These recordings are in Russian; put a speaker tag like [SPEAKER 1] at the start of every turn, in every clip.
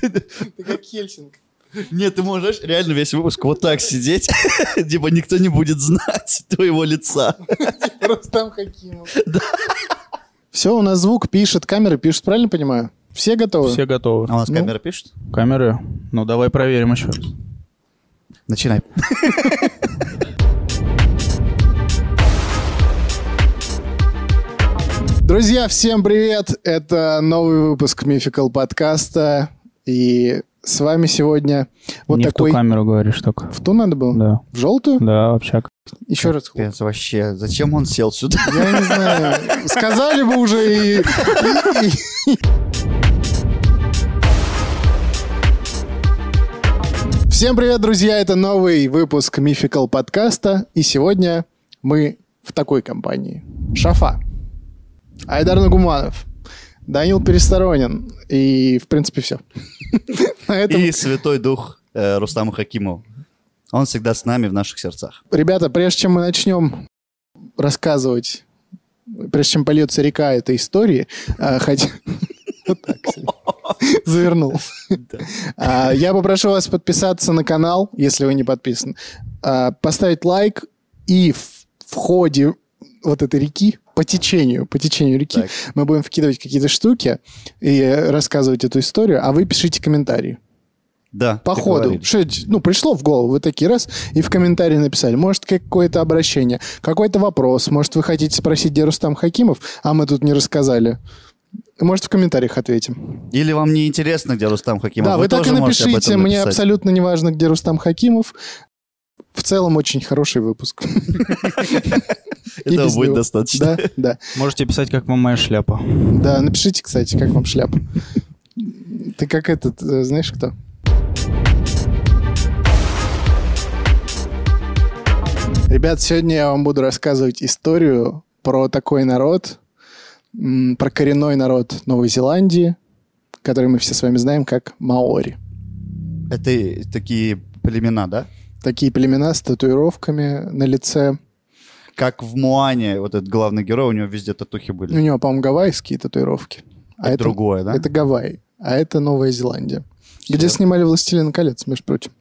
[SPEAKER 1] Ты как Хельсинг.
[SPEAKER 2] Нет, ты можешь реально весь выпуск вот так сидеть, типа никто не будет знать твоего лица.
[SPEAKER 1] Рустам Хакимов.
[SPEAKER 3] Все, у нас звук пишет, камеры пишут, правильно понимаю? Все готовы?
[SPEAKER 4] Все готовы.
[SPEAKER 2] А у нас
[SPEAKER 3] Ну.
[SPEAKER 2] камера пишет?
[SPEAKER 4] Камеры? Ну, давай проверим еще раз.
[SPEAKER 2] Начинай.
[SPEAKER 3] Друзья, всем привет! Это новый выпуск Мификал подкаста. И с вами сегодня вот
[SPEAKER 4] Не
[SPEAKER 3] такой...
[SPEAKER 4] в ту камеру говоришь только.
[SPEAKER 3] В ту надо было?
[SPEAKER 4] Да,
[SPEAKER 3] В желтую?
[SPEAKER 4] да, общак.
[SPEAKER 3] Еще раз.
[SPEAKER 2] Капец, вообще, зачем он сел сюда?
[SPEAKER 3] Я не знаю. Сказали бы уже и... и- и- Всем привет, друзья! Это новый выпуск Мификал подкаста. И сегодня мы в такой компании. Шафа. Айдар Нагуманов. Данил Пересторонин. И, в принципе, все. На этом...
[SPEAKER 2] И святой дух э, Рустама Хакимова. Он всегда с нами в наших сердцах.
[SPEAKER 3] Ребята, прежде чем мы начнем рассказывать, прежде чем польется река этой истории, а, хотя... Вот так себе. Завернул. А, Я попрошу вас подписаться на канал, если вы не подписаны, а, поставить лайк и в в ходе вот этой реки, по течению, по течению реки,
[SPEAKER 2] Так.
[SPEAKER 3] мы будем вкидывать какие-то штуки и рассказывать эту историю, а вы пишите комментарии.
[SPEAKER 2] Да.
[SPEAKER 3] По
[SPEAKER 2] как
[SPEAKER 3] ходу.
[SPEAKER 2] говорили.
[SPEAKER 3] Что, ну, пришло в голову, вы такие раз, и в комментарии написали. Может, какое-то обращение, какой-то вопрос. Может, вы хотите спросить, где Рустам Хакимов, а мы тут не рассказали. Может, в комментариях ответим.
[SPEAKER 2] Или вам не интересно, где Рустам Хакимов?
[SPEAKER 3] да, вы, так и
[SPEAKER 2] тоже можете об
[SPEAKER 3] напишите.
[SPEAKER 2] этом
[SPEAKER 3] Мне
[SPEAKER 2] написать.
[SPEAKER 3] абсолютно не важно, где Рустам Хакимов. В целом, очень хороший выпуск. и без
[SPEAKER 2] Этого будет
[SPEAKER 3] него.
[SPEAKER 2] достаточно.
[SPEAKER 3] Да, да.
[SPEAKER 4] Можете писать, как вам моя шляпа.
[SPEAKER 3] Да, напишите, кстати, как вам шляпа. Ты как этот, э, знаешь кто? Ребят, сегодня я вам буду рассказывать историю про такой народ, м, про коренной народ Новой Зеландии, который мы все с вами знаем как маори.
[SPEAKER 2] Это и такие племена, да?
[SPEAKER 3] Такие племена с татуировками на лице.
[SPEAKER 2] Как в Муане, вот этот главный герой, у него везде татухи
[SPEAKER 3] У
[SPEAKER 2] были.
[SPEAKER 3] него, по-моему, гавайские татуировки. А
[SPEAKER 2] это другое, да?
[SPEAKER 3] Это Гавайи, а это Новая Зеландия. Где
[SPEAKER 2] Всё.
[SPEAKER 3] снимали «Властелин колец», между прочим.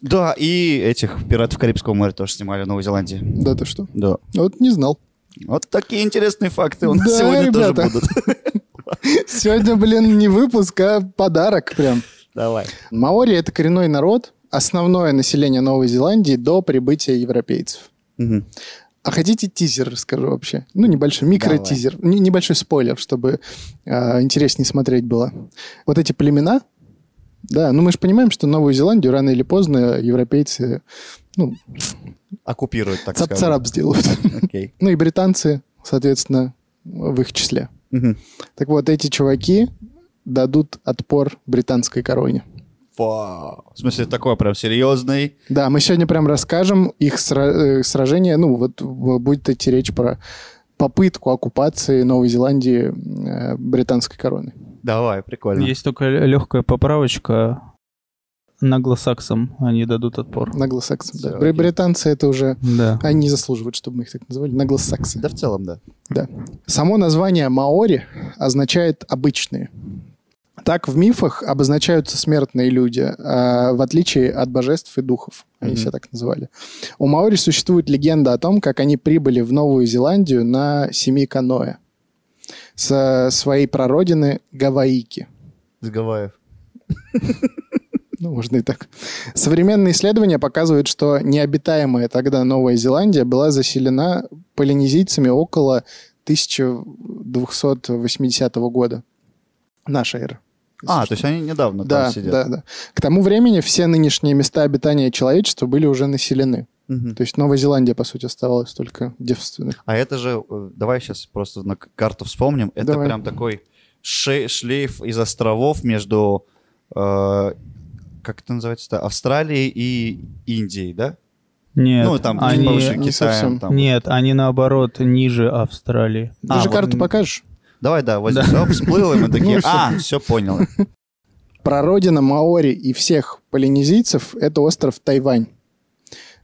[SPEAKER 2] Да, и этих пиратов Карибского моря тоже снимали в Новой Зеландии.
[SPEAKER 3] Да ты что?
[SPEAKER 2] Да.
[SPEAKER 3] Вот не знал.
[SPEAKER 2] Вот такие интересные факты у нас
[SPEAKER 3] Да,
[SPEAKER 2] сегодня
[SPEAKER 3] ребята.
[SPEAKER 2] тоже будут.
[SPEAKER 3] Сегодня, блин, не выпуск, а подарок прям.
[SPEAKER 2] Давай.
[SPEAKER 3] Маори — это коренной народ, основное население Новой Зеландии до прибытия европейцев.
[SPEAKER 2] Мгм.
[SPEAKER 3] А хотите тизер расскажу вообще? Ну, небольшой микротизер, не- небольшой спойлер, чтобы а, интереснее смотреть было. Вот эти племена, да, ну мы же понимаем, что Новую Зеландию рано или поздно европейцы, ну,
[SPEAKER 2] Оккупировать, так скажем.
[SPEAKER 3] цап-царап сделают.
[SPEAKER 2] Окей.
[SPEAKER 3] Ну и британцы, соответственно, в их числе.
[SPEAKER 2] Мгм.
[SPEAKER 3] Так вот, эти чуваки дадут отпор британской короне.
[SPEAKER 2] Вау. В смысле, такой прям серьезный.
[SPEAKER 3] Да, мы сегодня прям расскажем их сра- э, сражение. Ну, вот в- будет идти речь про попытку оккупации Новой Зеландии э, британской короны.
[SPEAKER 2] Давай, прикольно.
[SPEAKER 4] Есть только легкая поправочка. Наглосаксам они дадут отпор.
[SPEAKER 3] Наглосаксы. Да.
[SPEAKER 2] Всё,
[SPEAKER 3] Бри-
[SPEAKER 2] окей.
[SPEAKER 3] Британцы это уже...
[SPEAKER 4] Да.
[SPEAKER 3] Они не заслуживают, чтобы мы их так называли. Наглосаксы.
[SPEAKER 2] Да в целом, да.
[SPEAKER 3] Само название маори означает «обычные». Так в мифах обозначаются смертные люди, а, в отличие от божеств и духов. Они
[SPEAKER 2] Мгм.
[SPEAKER 3] себя так называли. У маори существует легенда о том, как они прибыли в Новую Зеландию на семи каноэ со своей прародины Гаваики.
[SPEAKER 2] С Гавайев.
[SPEAKER 3] Ну, можно и так. Современные исследования показывают, что необитаемая тогда Новая Зеландия была заселена полинезийцами около 1280 года. Наша эра.
[SPEAKER 2] А, то есть они недавно
[SPEAKER 3] да,
[SPEAKER 2] там сидят.
[SPEAKER 3] да, да. К тому времени все нынешние места обитания человечества были уже населены.
[SPEAKER 2] Мгм.
[SPEAKER 3] То есть Новая Зеландия, по сути, оставалась только девственной.
[SPEAKER 2] А это же, э, давай сейчас просто на к- карту вспомним, это
[SPEAKER 3] Давай.
[SPEAKER 2] прям такой ше- шлейф из островов между, э, как это называется-то, Австралией и Индией, да?
[SPEAKER 4] Нет,
[SPEAKER 2] ну, там,
[SPEAKER 3] они-
[SPEAKER 2] чуть повыше
[SPEAKER 3] не
[SPEAKER 2] Китаем.
[SPEAKER 3] совсем.
[SPEAKER 2] там.
[SPEAKER 4] Нет, они наоборот ниже Австралии.
[SPEAKER 3] Ты
[SPEAKER 2] А,
[SPEAKER 3] же
[SPEAKER 2] вот
[SPEAKER 3] карту
[SPEAKER 2] м-
[SPEAKER 3] покажешь?
[SPEAKER 2] Давай, да, вот здесь оп, всплыло, и мы такие,
[SPEAKER 3] Ну, всё.
[SPEAKER 2] а, все понял.
[SPEAKER 3] Прародина Маори и всех полинезийцев — это остров Тайвань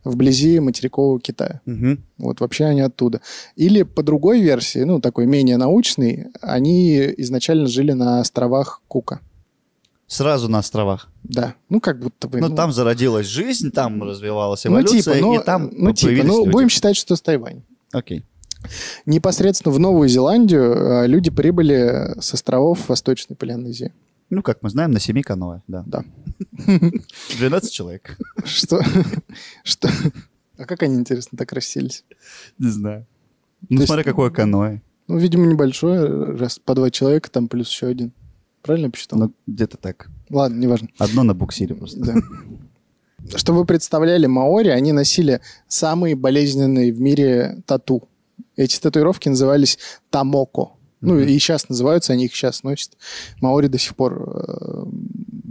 [SPEAKER 3] вблизи материкового Китая.
[SPEAKER 2] Мгм.
[SPEAKER 3] Вот вообще они оттуда. Или по другой версии, ну, такой менее научный, они изначально жили на островах Кука.
[SPEAKER 2] Сразу на островах.
[SPEAKER 3] Да, ну как будто бы.
[SPEAKER 2] Ну, там зародилась жизнь, там развивалась
[SPEAKER 3] ну,
[SPEAKER 2] эволюция,
[SPEAKER 3] типа, ну,
[SPEAKER 2] и там
[SPEAKER 3] ну, типа,
[SPEAKER 2] появились
[SPEAKER 3] ну,
[SPEAKER 2] люди.
[SPEAKER 3] будем считать, что с Тайвань.
[SPEAKER 2] Окей.
[SPEAKER 3] Непосредственно в Новую Зеландию э, люди прибыли с островов Восточной Полинезии.
[SPEAKER 2] Ну, как мы знаем, на семи каноэ, да.
[SPEAKER 3] Да.
[SPEAKER 2] 12 человек.
[SPEAKER 3] Что? Что? А как они, интересно, так расселись?
[SPEAKER 2] Не знаю.
[SPEAKER 3] То
[SPEAKER 2] Ну,
[SPEAKER 3] есть-
[SPEAKER 2] смотри, какое каноэ.
[SPEAKER 3] Ну, видимо, небольшое, раз по два человека, там плюс еще один. Правильно я посчитал?
[SPEAKER 2] Ну, где-то так.
[SPEAKER 3] Ладно, неважно.
[SPEAKER 2] Одно на буксире просто.
[SPEAKER 3] Да. Что вы представляли, маори, они носили самые болезненные в мире тату. Эти татуировки назывались тамоко. Ну,
[SPEAKER 2] Мгм.
[SPEAKER 3] и сейчас называются, они их сейчас носят. Маори до сих пор э,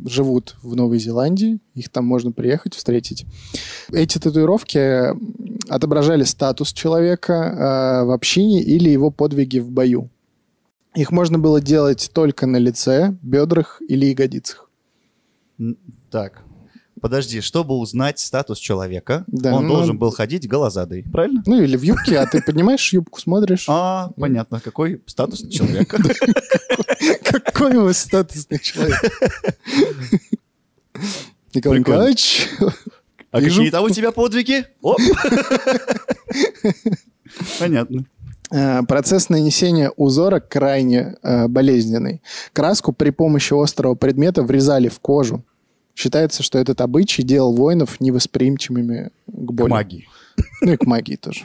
[SPEAKER 3] живут в Новой Зеландии. Их там можно приехать, встретить. Эти татуировки э, отображали статус человека э, в общине или его подвиги в бою. Их можно было делать только на лице, бедрах или ягодицах.
[SPEAKER 2] Н- Так. Подожди, чтобы узнать статус человека,
[SPEAKER 3] Да,
[SPEAKER 2] он
[SPEAKER 3] ну,
[SPEAKER 2] должен
[SPEAKER 3] он-
[SPEAKER 2] был ходить голозадой, правильно?
[SPEAKER 3] Ну, или в юбке, а ты поднимаешь юбку, смотришь.
[SPEAKER 2] А, понятно, какой статус человека.
[SPEAKER 3] Какой вы статусный человек. Николай
[SPEAKER 2] Прикольно.
[SPEAKER 3] Николаевич.
[SPEAKER 2] А
[SPEAKER 3] Вижу.
[SPEAKER 2] какие там у тебя подвиги? Оп. Понятно.
[SPEAKER 3] Э, Процесс нанесения узора крайне э, болезненный. Краску при помощи острого предмета врезали в кожу. Считается, что этот обычай делал воинов невосприимчивыми к
[SPEAKER 2] К
[SPEAKER 3] боли.
[SPEAKER 2] магии.
[SPEAKER 3] Ну и к магии тоже.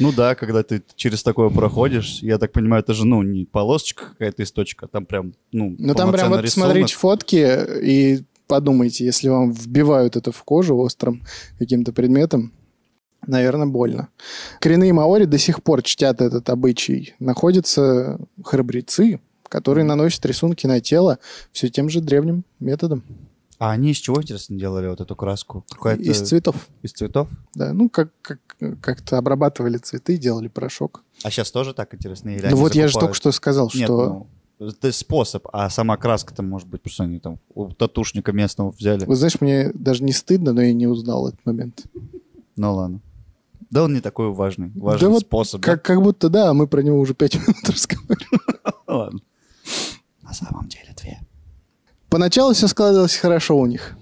[SPEAKER 2] Ну да, когда ты через такое проходишь, я так понимаю, это же, ну, не полосочка какая-то из точка, там прям, ну,
[SPEAKER 3] Ну там
[SPEAKER 2] полноценный
[SPEAKER 3] прям вот
[SPEAKER 2] рисунок.
[SPEAKER 3] смотрите фотки и подумайте, если вам вбивают это в кожу острым каким-то предметом, наверное, больно. Коренные маори до сих пор чтят этот обычай. Находятся храбрецы, которые наносят рисунки на тело все тем же древним методом.
[SPEAKER 2] А они из чего, интересно, делали вот эту краску? Какая-то
[SPEAKER 3] Из цветов.
[SPEAKER 2] из цветов?
[SPEAKER 3] Да, ну как, как, как-то обрабатывали цветы, делали порошок.
[SPEAKER 2] А сейчас тоже так интересно? Или
[SPEAKER 3] ну
[SPEAKER 2] они
[SPEAKER 3] вот я же
[SPEAKER 2] закупают?
[SPEAKER 3] только что сказал,
[SPEAKER 2] Нет,
[SPEAKER 3] что...
[SPEAKER 2] ну, это способ, а сама краска-то, может быть, просто они там у татушника местного взяли.
[SPEAKER 3] Вот знаешь, мне даже не стыдно, но я не узнал этот момент.
[SPEAKER 2] Ну ладно. Да он не такой важный. Важен
[SPEAKER 3] вот
[SPEAKER 2] способ. да?
[SPEAKER 3] Как, как будто да, мы про него уже пять минут разговаривали.
[SPEAKER 2] Ну Ладно. На самом деле две.
[SPEAKER 3] Поначалу все складывалось хорошо у них.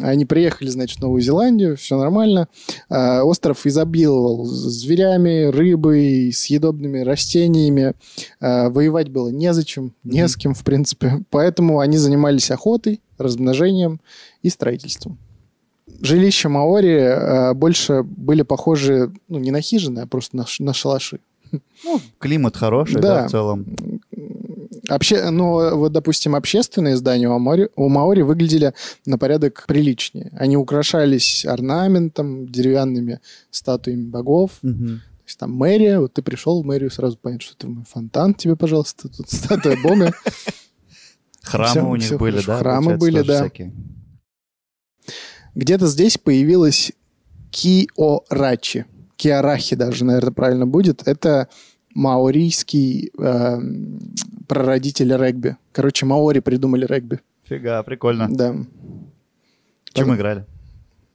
[SPEAKER 3] Они приехали, значит, в Новую Зеландию, все нормально. А, Остров изобиловал з- зверями, рыбой, съедобными растениями. А, Воевать было незачем, не с кем, в принципе. Поэтому они занимались охотой, размножением и строительством. Жилища Маори а, больше были похожи, ну, не на хижины, а просто на, ш- на шалаши.
[SPEAKER 2] Ну, климат хороший, да,
[SPEAKER 3] Да.
[SPEAKER 2] в целом.
[SPEAKER 3] Обще... Ну, вот, допустим, общественные здания у Маори, у Маори выглядели на порядок приличнее. Они украшались орнаментом, деревянными статуями богов.
[SPEAKER 2] Мгм.
[SPEAKER 3] То есть там мэрия, вот ты пришел в мэрию, сразу понятно, что ты мой фонтан тебе, пожалуйста, тут статуя бога.
[SPEAKER 2] Храмы
[SPEAKER 3] Всё-
[SPEAKER 2] у них
[SPEAKER 3] всё
[SPEAKER 2] были,
[SPEAKER 3] хорошо.
[SPEAKER 2] да?
[SPEAKER 3] Храмы
[SPEAKER 2] получается,
[SPEAKER 3] были,
[SPEAKER 2] тоже
[SPEAKER 3] да.
[SPEAKER 2] всякие.
[SPEAKER 3] Где-то здесь появилась Киорачи. Киарахи даже, наверное, правильно будет. Это маорийский эм, прародитель регби. Короче, маори придумали регби.
[SPEAKER 2] Фига, прикольно.
[SPEAKER 3] Да.
[SPEAKER 2] Чем
[SPEAKER 3] Потом-
[SPEAKER 2] играли?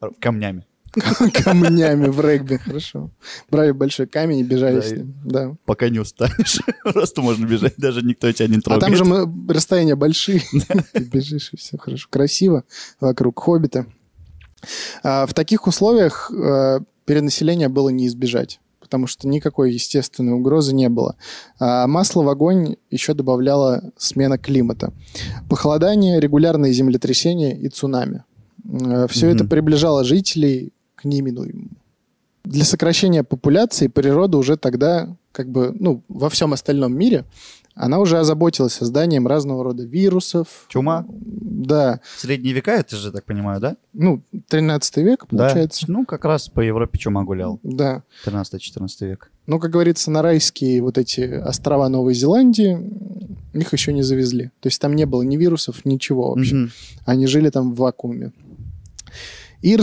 [SPEAKER 2] Р- Камнями.
[SPEAKER 3] камнями в регби. Хорошо. Брали большой камень и бежали
[SPEAKER 2] Да,
[SPEAKER 3] с
[SPEAKER 2] и-
[SPEAKER 3] ним. Да.
[SPEAKER 2] Пока не устанешь. Просто можно бежать, даже никто тебя не
[SPEAKER 3] А
[SPEAKER 2] трогает.
[SPEAKER 3] там же мы- расстояния большие. Ты бежишь, и все хорошо. Красиво вокруг хоббита. А, В таких условиях э, перенаселения было не избежать, потому что никакой естественной угрозы не было. А Масло в огонь еще добавляла смена климата. Похолодание, регулярные землетрясения и цунами. Все
[SPEAKER 2] Мгм.
[SPEAKER 3] это приближало жителей к неименуемому. Для сокращения популяции природа уже тогда, как бы, ну, во всем остальном мире, она уже озаботилась созданием разного рода вирусов.
[SPEAKER 2] Чума?
[SPEAKER 3] Да.
[SPEAKER 2] Средние века, это же, так понимаю, да?
[SPEAKER 3] Ну, 13 век, получается.
[SPEAKER 2] Да. Ну, как раз по Европе чума гулял.
[SPEAKER 3] да.
[SPEAKER 2] 13-14 век.
[SPEAKER 3] Ну, как говорится, на райские вот эти острова Новой Зеландии м, их еще не завезли. То есть там не было ни вирусов, ничего вообще.
[SPEAKER 2] Мгм.
[SPEAKER 3] Они жили там в вакууме. И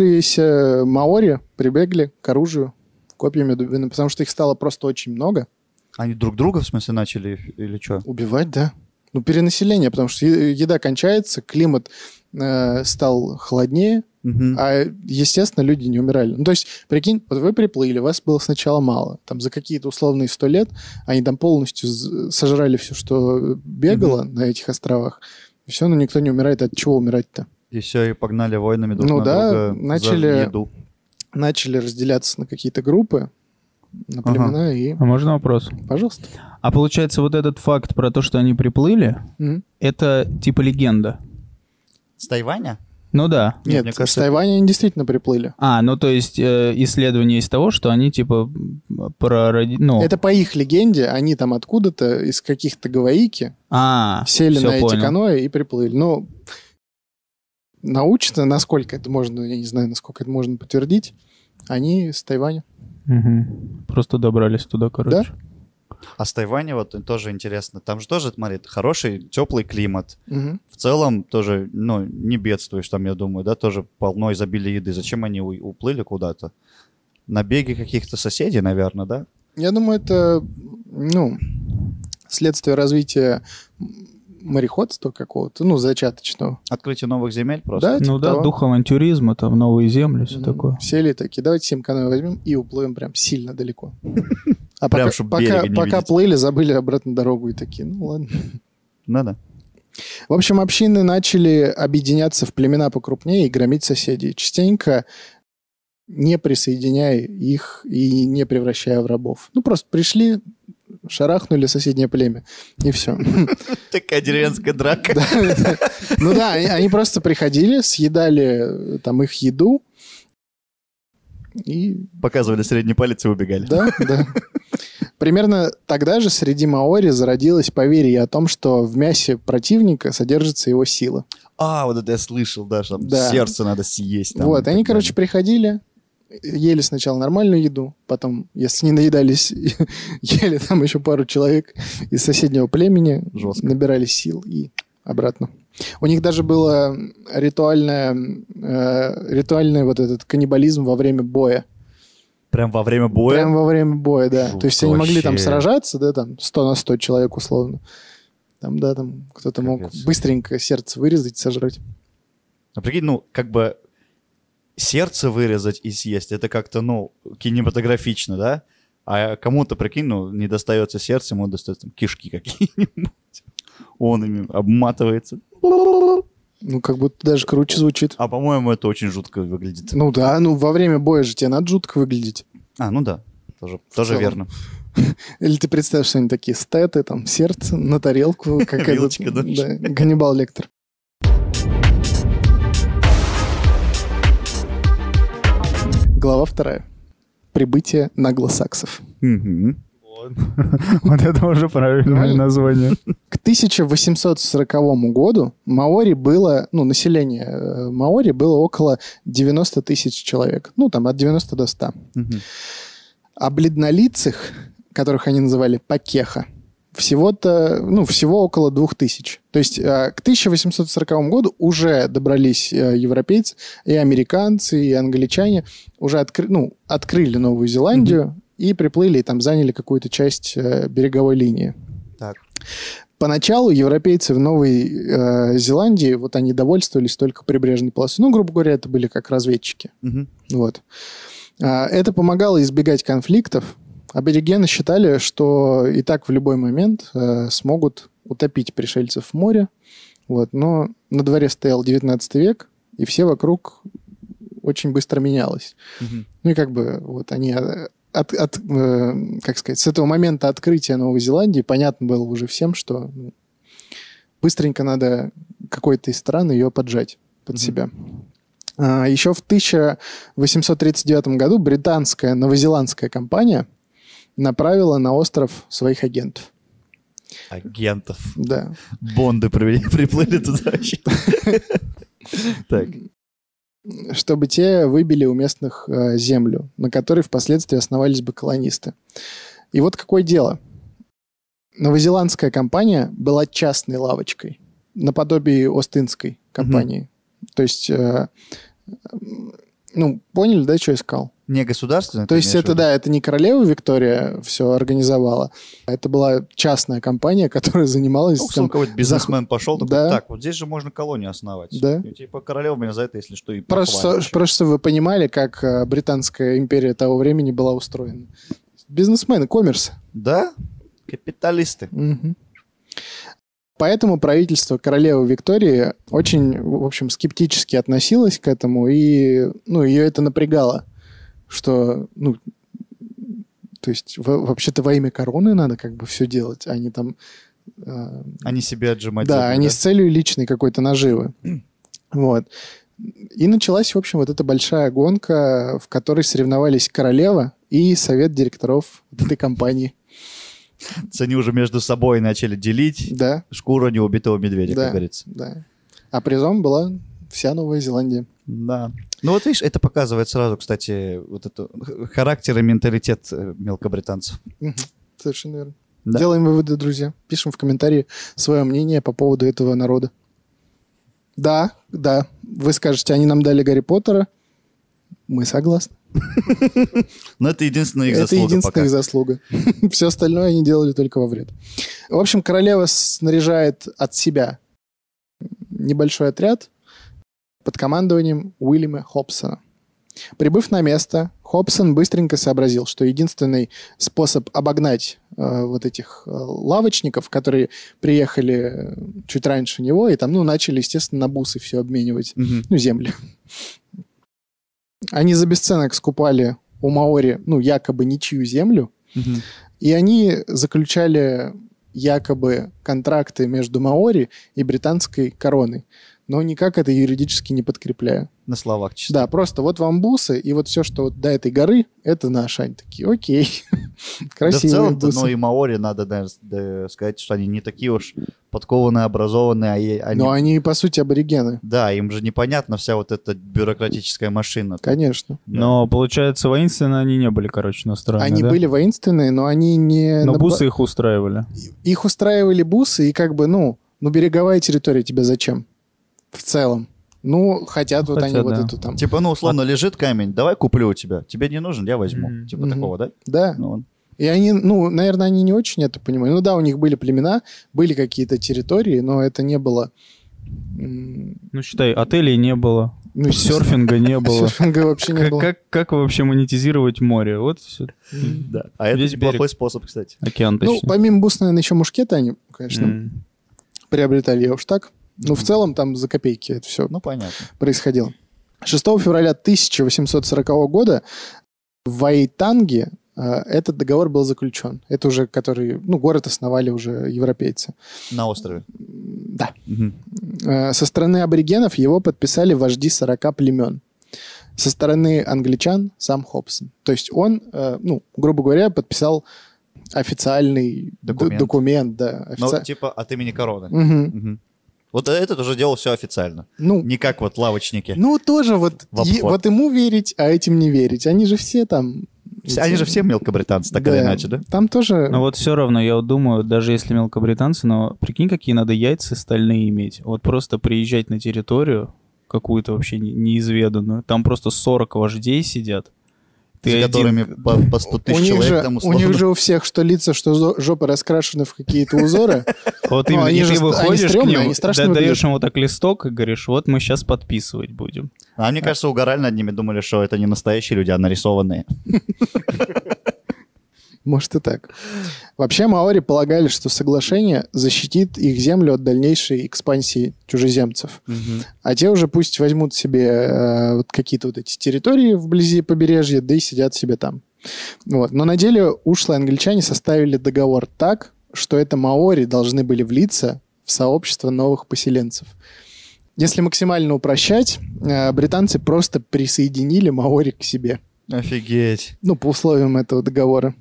[SPEAKER 3] расплодившиеся маори прибегли к оружию, копьями, дубинами, потому что их стало просто очень много.
[SPEAKER 2] Они друг друга, в смысле, начали или что?
[SPEAKER 3] Убивать, да? Ну, перенаселение, потому что е- еда кончается, климат э, стал холоднее, а, естественно, люди не умирали. Ну, то есть, прикинь, вот вы приплыли, вас было сначала мало. Там за какие-то условные сто лет они там полностью з- сожрали все, что бегало на этих островах. И все, но никто не умирает. От чего умирать-то?
[SPEAKER 2] И все, и погнали войнами друг
[SPEAKER 3] Ну
[SPEAKER 2] на
[SPEAKER 3] да,
[SPEAKER 2] друга за
[SPEAKER 3] начали-
[SPEAKER 2] еду.
[SPEAKER 3] Начали разделяться на какие-то группы, на племена и...
[SPEAKER 4] А можно вопрос?
[SPEAKER 3] Пожалуйста.
[SPEAKER 4] А получается, вот этот факт про то, что они приплыли,
[SPEAKER 3] М?
[SPEAKER 4] это типа легенда.
[SPEAKER 2] С Тайваня?
[SPEAKER 4] Ну да.
[SPEAKER 2] Нет,
[SPEAKER 3] Нет,
[SPEAKER 2] мне
[SPEAKER 3] с
[SPEAKER 2] кажется,
[SPEAKER 3] Тайваня они действительно приплыли.
[SPEAKER 4] А, ну то есть э, исследование из того, что они типа про... Ну,
[SPEAKER 3] Это по их легенде, они там откуда-то, из каких-то гаваики,
[SPEAKER 4] а,
[SPEAKER 3] сели
[SPEAKER 4] всё
[SPEAKER 3] на эти
[SPEAKER 4] понял.
[SPEAKER 3] каноэ и приплыли. Но научно, насколько это можно, я не знаю, насколько это можно подтвердить, они с Тайваня.
[SPEAKER 4] Мгм. Просто добрались туда, короче.
[SPEAKER 2] А с Тайваня вот тоже интересно. Там же тоже, смотри, хороший теплый климат. В целом тоже, ну, не бедствуешь там, я думаю, да, тоже полно изобилия еды. Зачем они у- уплыли куда-то? Набеги каких-то соседей, наверное, да?
[SPEAKER 3] Я думаю, это, ну, следствие развития м- мореходства какого-то, ну, зачаточного.
[SPEAKER 2] Открытие новых земель просто.
[SPEAKER 3] Да,
[SPEAKER 4] Ну
[SPEAKER 3] типа
[SPEAKER 4] да,
[SPEAKER 3] того.
[SPEAKER 4] дух авантюризма, там новые земли, все
[SPEAKER 3] Мгм.
[SPEAKER 4] такое.
[SPEAKER 3] Сели такие, давайте семь каноэ возьмем и уплывем прям сильно далеко. А
[SPEAKER 2] Прям,
[SPEAKER 3] пока,
[SPEAKER 2] чтоб
[SPEAKER 3] пока,
[SPEAKER 2] берега не
[SPEAKER 3] пока
[SPEAKER 2] видеть.
[SPEAKER 3] плыли, забыли обратно дорогу и такие, ну ладно.
[SPEAKER 2] Надо.
[SPEAKER 3] В общем, общины начали объединяться в племена покрупнее и громить соседей, частенько не присоединяя их и не превращая в рабов. Ну, просто пришли, шарахнули соседнее племя, и все.
[SPEAKER 2] Такая деревенская драка.
[SPEAKER 3] Ну да, они- они просто приходили, съедали э, там их еду, и
[SPEAKER 2] Показывали средний палец и убегали.
[SPEAKER 3] Да, да. Примерно тогда же среди маори зародилось поверье о том, что в мясе противника содержится его сила.
[SPEAKER 2] А, вот это я слышал, да, что там
[SPEAKER 3] Да.
[SPEAKER 2] сердце надо съесть. там
[SPEAKER 3] вот,
[SPEAKER 2] и
[SPEAKER 3] они,
[SPEAKER 2] так
[SPEAKER 3] короче, приходили, ели сначала нормальную еду, потом, если не наедались, ели там еще пару человек из соседнего племени,
[SPEAKER 2] Жестко.
[SPEAKER 3] набирали сил и обратно. У них даже было ритуальное, э, ритуальный вот этот каннибализм во время боя.
[SPEAKER 2] далее. Прям во время боя?
[SPEAKER 3] Прям во время боя, да.
[SPEAKER 2] Жутко
[SPEAKER 3] То есть они могли там
[SPEAKER 2] вообще.
[SPEAKER 3] сражаться, да, там 100 на 100 человек условно. Там, да, там кто-то мог
[SPEAKER 2] Капец.
[SPEAKER 3] быстренько сердце вырезать, сожрать.
[SPEAKER 2] А прикинь, ну, как бы сердце вырезать и съесть, это как-то, ну, кинематографично, да? А кому-то, прикинь, ну, не достается сердце, ему достаются там, кишки какие-нибудь. Он ими обматывается.
[SPEAKER 3] Ну, как будто даже круче звучит.
[SPEAKER 2] А, по-моему, это очень жутко выглядит.
[SPEAKER 3] Ну да, ну во время боя же тебе надо жутко выглядеть.
[SPEAKER 2] А, ну да, тоже, тоже
[SPEAKER 3] целом.
[SPEAKER 2] верно.
[SPEAKER 3] Или ты представишь, что они такие стеты, там сердце на тарелку, как этот,
[SPEAKER 2] Вилочка, да?
[SPEAKER 3] да, Ганнибал Лектор. Глава вторая. Прибытие наглосаксов.
[SPEAKER 2] Мгм.
[SPEAKER 4] Вот это уже правильное
[SPEAKER 3] Нормально?
[SPEAKER 4] название.
[SPEAKER 3] К 1840 году Маори было, ну, население э, Маори было около 90 тысяч человек. Ну, там, от 90 до 100.
[SPEAKER 2] Мгм.
[SPEAKER 3] А бледнолицых, которых они называли пакеха, всего-то, ну, всего около 2000. То есть э, к 1840 году уже добрались э, европейцы, и американцы, и англичане, уже откры- ну, открыли Новую Зеландию и приплыли, и там заняли какую-то часть э, береговой линии.
[SPEAKER 2] Так.
[SPEAKER 3] Поначалу европейцы в Новой э, Зеландии, вот они довольствовались только прибрежной полосой. Ну, грубо говоря, это были как разведчики.
[SPEAKER 2] Мгм.
[SPEAKER 3] Вот. А, это помогало избегать конфликтов. Аборигены считали, что и так в любой момент э, смогут утопить пришельцев в море. Вот. Но на дворе стоял 19 век, и все вокруг очень быстро менялось.
[SPEAKER 2] Мгм.
[SPEAKER 3] Ну и как бы вот они э, от, от, э, как сказать, с этого момента открытия Новой Зеландии понятно было уже всем, что ну, быстренько надо какой-то из стран ее поджать под
[SPEAKER 2] Мгм.
[SPEAKER 3] себя. А, еще в 1839 году британская новозеландская компания направила на остров своих агентов.
[SPEAKER 2] Агентов.
[SPEAKER 3] Да.
[SPEAKER 2] Бонды привели- приплыли туда вообще. Так.
[SPEAKER 3] чтобы те выбили у местных э, землю, на которой впоследствии основались бы колонисты. И вот какое дело. Новозеландская компания была частной лавочкой, наподобие Остинской компании. То есть, э, м, ну, поняли, да, что искал?
[SPEAKER 2] Не государственный?
[SPEAKER 3] То есть это, да, это не королева Виктория все организовала, а это была частная компания, которая занималась...
[SPEAKER 2] Ну, условно,
[SPEAKER 3] там,
[SPEAKER 2] какой-то бизнесмен пошел, такой,
[SPEAKER 3] Да.
[SPEAKER 2] так, вот здесь же можно колонию основать.
[SPEAKER 3] Да.
[SPEAKER 2] И, типа, королева меня за это, если что, и
[SPEAKER 3] Просто,
[SPEAKER 2] похвалит.
[SPEAKER 3] просто чтобы вы понимали, как э, британская империя того времени была устроена. Бизнесмены, коммерс.
[SPEAKER 2] Да? Капиталисты.
[SPEAKER 3] Мгм. Поэтому правительство королевы Виктории очень, в общем, скептически относилось к этому, и ну, ее это напрягало, что, ну, то есть, во- вообще-то во имя короны надо как бы все делать, а не там... э,
[SPEAKER 2] Они себе отжимать.
[SPEAKER 3] да,
[SPEAKER 2] забыли,
[SPEAKER 3] они с целью личной какой-то наживы. Вот. И началась, в общем, вот эта большая гонка, в которой соревновались королева и совет директоров вот этой компании.
[SPEAKER 2] Они уже между собой начали делить
[SPEAKER 3] Да,
[SPEAKER 2] шкуру неубитого медведя,
[SPEAKER 3] Да.
[SPEAKER 2] как говорится.
[SPEAKER 3] да. А призом была вся Новая Зеландия.
[SPEAKER 2] Да. Ну вот видишь, это показывает сразу, кстати, вот это х- характер и менталитет э, мелкобританцев.
[SPEAKER 3] Мгм. Совершенно верно.
[SPEAKER 2] Да.
[SPEAKER 3] Делаем выводы, друзья. Пишем в комментарии свое мнение по поводу этого народа. Да, да. Вы скажете, они нам дали Гарри Поттера. Мы согласны.
[SPEAKER 2] Но это единственная их
[SPEAKER 3] Это
[SPEAKER 2] заслуга
[SPEAKER 3] единственная
[SPEAKER 2] пока.
[SPEAKER 3] их заслуга. Все остальное они делали только во вред. В общем, королева снаряжает от себя небольшой отряд под командованием Уильяма Хобсона. Прибыв на место, Хобсон быстренько сообразил, что единственный способ обогнать э, вот этих э, лавочников, которые приехали э, чуть раньше него, и там, ну, начали, естественно, на бусы все обменивать
[SPEAKER 2] Мгм.
[SPEAKER 3] ну, земли. Они за бесценок скупали у Маори, ну, якобы ничью землю,
[SPEAKER 2] Мгм.
[SPEAKER 3] и они заключали якобы контракты между Маори и британской короной, но никак это юридически не подкрепляя.
[SPEAKER 2] На словах чисто.
[SPEAKER 3] Да, просто вот вам бусы, и вот все, что вот до этой горы, это наши. Они такие, окей,
[SPEAKER 2] Да в
[SPEAKER 3] красивые
[SPEAKER 2] целом-то,
[SPEAKER 3] бусы.
[SPEAKER 2] ну и Маори, надо наверно, с- да, сказать, что они не такие уж подкованные, образованные, а е- они...
[SPEAKER 3] Но они, по сути, аборигены,
[SPEAKER 2] Да, им же непонятна вся вот эта бюрократическая машина.
[SPEAKER 3] конечно.
[SPEAKER 4] Но, получается, воинственно они не были, короче, настроены,
[SPEAKER 3] Они
[SPEAKER 4] да?
[SPEAKER 3] были воинственные, но они не...
[SPEAKER 4] Но
[SPEAKER 3] наба-
[SPEAKER 4] бусы их устраивали.
[SPEAKER 3] их устраивали бусы, и как бы, ну, ну береговая территория тебе зачем? В целом. Ну, хотят вот
[SPEAKER 4] Хотя
[SPEAKER 3] они
[SPEAKER 4] да.
[SPEAKER 3] вот эту там.
[SPEAKER 2] Типа, ну, условно,
[SPEAKER 3] А-
[SPEAKER 2] лежит камень, давай куплю у тебя. Тебе не нужен, я возьму.
[SPEAKER 4] Мгм.
[SPEAKER 2] Типа
[SPEAKER 3] Мгм.
[SPEAKER 2] такого, да?
[SPEAKER 3] Да.
[SPEAKER 2] Ну, он-
[SPEAKER 3] И они, ну, наверное, они не очень это понимали. Ну да, у них были племена, были какие-то территории, но это не было... м,
[SPEAKER 4] Ну, считай, отелей не было,
[SPEAKER 3] Ну,
[SPEAKER 4] серфинга не было.
[SPEAKER 3] серфинга вообще не
[SPEAKER 4] Как,
[SPEAKER 3] было.
[SPEAKER 4] как, как вообще монетизировать море? Вот всё.
[SPEAKER 3] Мгм.
[SPEAKER 2] Да. А это
[SPEAKER 4] Весь
[SPEAKER 2] неплохой
[SPEAKER 4] берег.
[SPEAKER 2] способ, кстати.
[SPEAKER 4] океан,
[SPEAKER 3] Ну,
[SPEAKER 4] точнее.
[SPEAKER 3] помимо бус, наверное, еще мушкеты они, конечно,
[SPEAKER 4] М.
[SPEAKER 3] приобретали, я уж так. Ну, в
[SPEAKER 2] Мгм.
[SPEAKER 3] целом там за копейки это все
[SPEAKER 2] Ну, понятно.
[SPEAKER 3] происходило. 6 февраля 1840 года в Айтанге э, этот договор был заключен. Это уже который, ну, город основали уже европейцы.
[SPEAKER 2] На острове.
[SPEAKER 3] М, Да.
[SPEAKER 2] Мгм.
[SPEAKER 3] Э, Со стороны аборигенов его подписали вожди 40 племен. Со стороны англичан сам Хобсон. То есть он, э, ну, грубо говоря, подписал официальный д-
[SPEAKER 2] Документ.
[SPEAKER 3] документ, да.
[SPEAKER 2] Ну,
[SPEAKER 3] офици-
[SPEAKER 2] типа, от имени короны.
[SPEAKER 3] Мгм.
[SPEAKER 2] Мгм. Вот этот уже делал все официально.
[SPEAKER 3] Ну,
[SPEAKER 2] Не как вот лавочники.
[SPEAKER 3] ну, тоже вот,
[SPEAKER 2] В
[SPEAKER 3] е-
[SPEAKER 2] обход.
[SPEAKER 3] вот ему верить, а этим не верить. Они же все там...
[SPEAKER 2] Все- Они
[SPEAKER 3] типа-
[SPEAKER 2] же все мелкобританцы, так или иначе, да? Ну,
[SPEAKER 3] Там тоже...
[SPEAKER 4] Но Ну, вот все равно, я вот думаю, даже если мелкобританцы, но прикинь, какие надо яйца стальные иметь. Вот просто приезжать на территорию какую-то вообще не- неизведанную. Там просто 40 вождей сидят.
[SPEAKER 2] С
[SPEAKER 4] один-
[SPEAKER 2] которыми по, по 100
[SPEAKER 3] у
[SPEAKER 2] тысяч
[SPEAKER 3] них,
[SPEAKER 2] человек
[SPEAKER 3] же,
[SPEAKER 2] там
[SPEAKER 3] у
[SPEAKER 2] условно.
[SPEAKER 3] них же у всех что лица, что зо- жопы раскрашены в какие-то узоры.
[SPEAKER 4] Вот
[SPEAKER 3] Ну,
[SPEAKER 4] именно,
[SPEAKER 3] они
[SPEAKER 4] и
[SPEAKER 3] же
[SPEAKER 4] ты
[SPEAKER 3] ст- они
[SPEAKER 4] выходишь к
[SPEAKER 3] стрёмные,
[SPEAKER 4] нему,
[SPEAKER 3] они страшно
[SPEAKER 4] да-
[SPEAKER 3] выглядят.
[SPEAKER 4] даешь ему так листок и говоришь, вот мы сейчас подписывать будем.
[SPEAKER 2] А мне кажется, угорали над ними, думали, что это не настоящие люди, а нарисованные.
[SPEAKER 3] Может и так. Вообще маори полагали, что соглашение защитит их землю от дальнейшей экспансии чужеземцев. А те уже пусть возьмут себе э, вот какие-то вот эти территории вблизи побережья, да и сидят себе там. Вот. Но на деле ушлые англичане составили договор так, что это маори должны были влиться в сообщество новых поселенцев. Если максимально упрощать, э, британцы просто присоединили маори к себе.
[SPEAKER 2] Офигеть.
[SPEAKER 3] Ну, по условиям этого договора.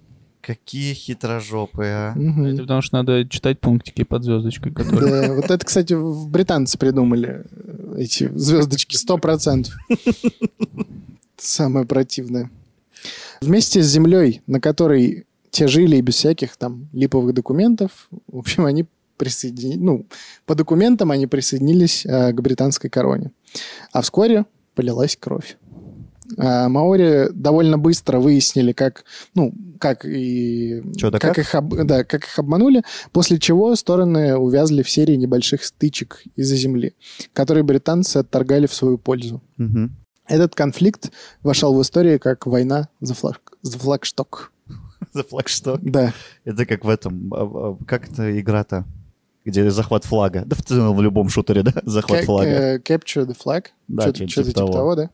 [SPEAKER 2] Какие хитрожопые, а.
[SPEAKER 3] Мгм.
[SPEAKER 4] Это потому что надо читать пунктики под звездочкой, которые...
[SPEAKER 3] Да, вот это, кстати, в- британцы придумали э, эти звездочки, сто процентов. Самое противное. Вместе с землей, на которой те жили и без всяких там липовых документов, в общем, они присоединились, ну, по документам они присоединились э, к британской короне. А вскоре полилась кровь. А Маори довольно быстро выяснили, как, ну, как и
[SPEAKER 2] Чё, да
[SPEAKER 3] как
[SPEAKER 2] как?
[SPEAKER 3] их, об- да, как их обманули, после чего стороны увязли в серии небольших стычек из-за земли, которые британцы отторгали в свою пользу.
[SPEAKER 2] Мгм.
[SPEAKER 3] Этот конфликт вошел в историю как война за, флаг, за флагшток.
[SPEAKER 2] За флагшток.
[SPEAKER 3] Да.
[SPEAKER 2] Это как в этом, а, а, как это игра-то? где захват флага. Да в целом в любом шутере, да? Захват
[SPEAKER 3] Ca-
[SPEAKER 2] флага.
[SPEAKER 3] э, Capture the flag?
[SPEAKER 2] Да,
[SPEAKER 3] Чё-то-
[SPEAKER 2] типа
[SPEAKER 3] чё-то типа
[SPEAKER 2] того.
[SPEAKER 3] того, да?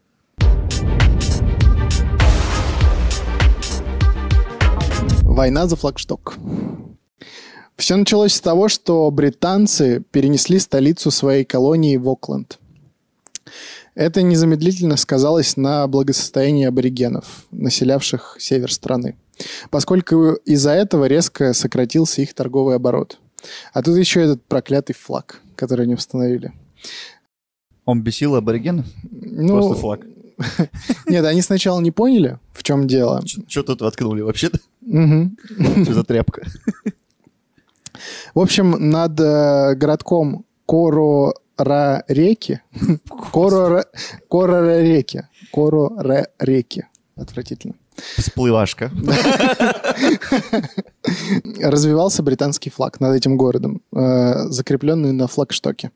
[SPEAKER 3] Война за флагшток. Все началось с того, что британцы перенесли столицу своей колонии в Окленд. Это незамедлительно сказалось на благосостоянии аборигенов, населявших север страны, поскольку из-за этого резко сократился их торговый оборот. А тут еще этот проклятый флаг, который они установили.
[SPEAKER 2] Он бесил аборигенов?
[SPEAKER 3] Ну,
[SPEAKER 2] Просто флаг.
[SPEAKER 3] Нет, они сначала не поняли, в чем дело.
[SPEAKER 2] Что тут воткнули вообще-то?
[SPEAKER 3] Мгм.
[SPEAKER 2] Что за тряпка?
[SPEAKER 3] В общем, над э, городком Корорареки, Корора- Корорареки, Корорареки, отвратительно,
[SPEAKER 2] Всплывашка.
[SPEAKER 3] развивался британский флаг над этим городом, э, закрепленный на флагштоке.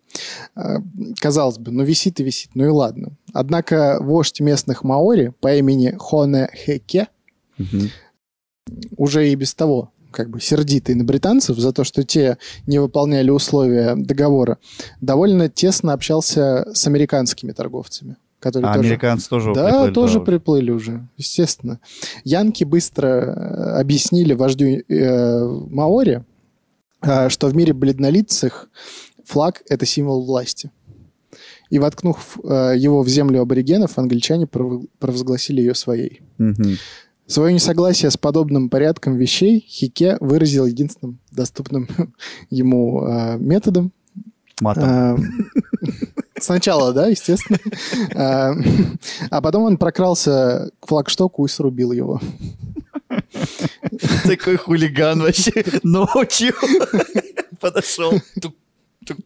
[SPEAKER 3] Э, казалось бы, ну висит и висит, ну и ладно. Однако вождь местных маори по имени Хоне Хеке
[SPEAKER 2] Мгм.
[SPEAKER 3] уже и без того как бы сердитый на британцев за то, что те не выполняли условия договора, довольно тесно общался с американскими торговцами. Которые
[SPEAKER 2] А
[SPEAKER 3] тоже...
[SPEAKER 2] американцы тоже
[SPEAKER 3] Да,
[SPEAKER 2] приплыли
[SPEAKER 3] тоже
[SPEAKER 2] туда.
[SPEAKER 3] приплыли уже, естественно. Янки быстро э, объяснили вождю э, Маори, э, что в мире бледнолицых флаг – это символ власти. И, воткнув э, его в землю аборигенов, англичане пров- провозгласили ее своей.
[SPEAKER 2] Мгм.
[SPEAKER 3] Свое несогласие с подобным порядком вещей Хике выразил единственным доступным ему э, методом.
[SPEAKER 2] Матом.
[SPEAKER 3] Э, Сначала, да, естественно. Э, А потом он прокрался к флагштоку и срубил его.
[SPEAKER 2] Такой хулиган вообще ночью подошел. Тук, тук,